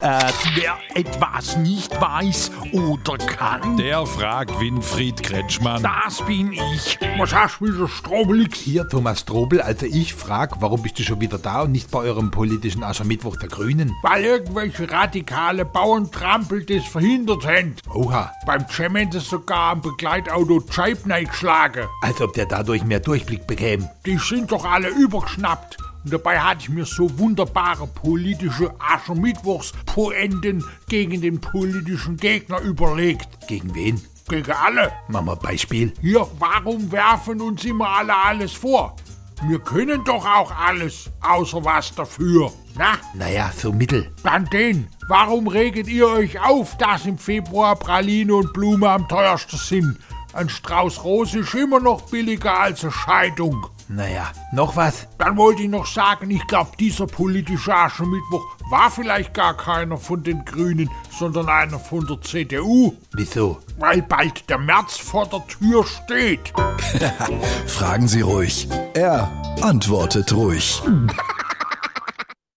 Äh, wer etwas nicht weiß oder kann, Der fragt Winfried Kretschmann. das bin ich. Was hast du wieder, Strobelix? Hier, Thomas Strobel, also ich frag, warum bist du schon wieder da und nicht bei eurem politischen Aschermittwoch der Grünen? Weil irgendwelche radikale Bauerntrampel das verhindert haben. Oha, Beim Cement ist sogar am Begleitauto die Scheiben eingeschlagen. als ob der dadurch mehr Durchblick bekäme. Die sind doch alle übergeschnappt. Und dabei hatte ich mir so wunderbare politische Aschermittwochs-Poenden gegen den politischen Gegner überlegt. Gegen wen? Gegen alle. Machen wir ein Beispiel. Hier, warum werfen uns immer alle alles vor? Wir können doch auch alles, außer was dafür. Na, Naja, so mittel. dann den. Warum regt ihr euch auf, dass im Februar Praline und Blume am teuersten sind? Ein Strauß Rose ist immer noch billiger als eine Scheidung. Naja, noch was? Dann wollte ich noch sagen, ich glaube, dieser politische Aschermittwoch war vielleicht gar keiner von den Grünen, sondern einer von der CDU, Wieso? weil bald der März vor der Tür steht. Fragen Sie ruhig. Er antwortet ruhig.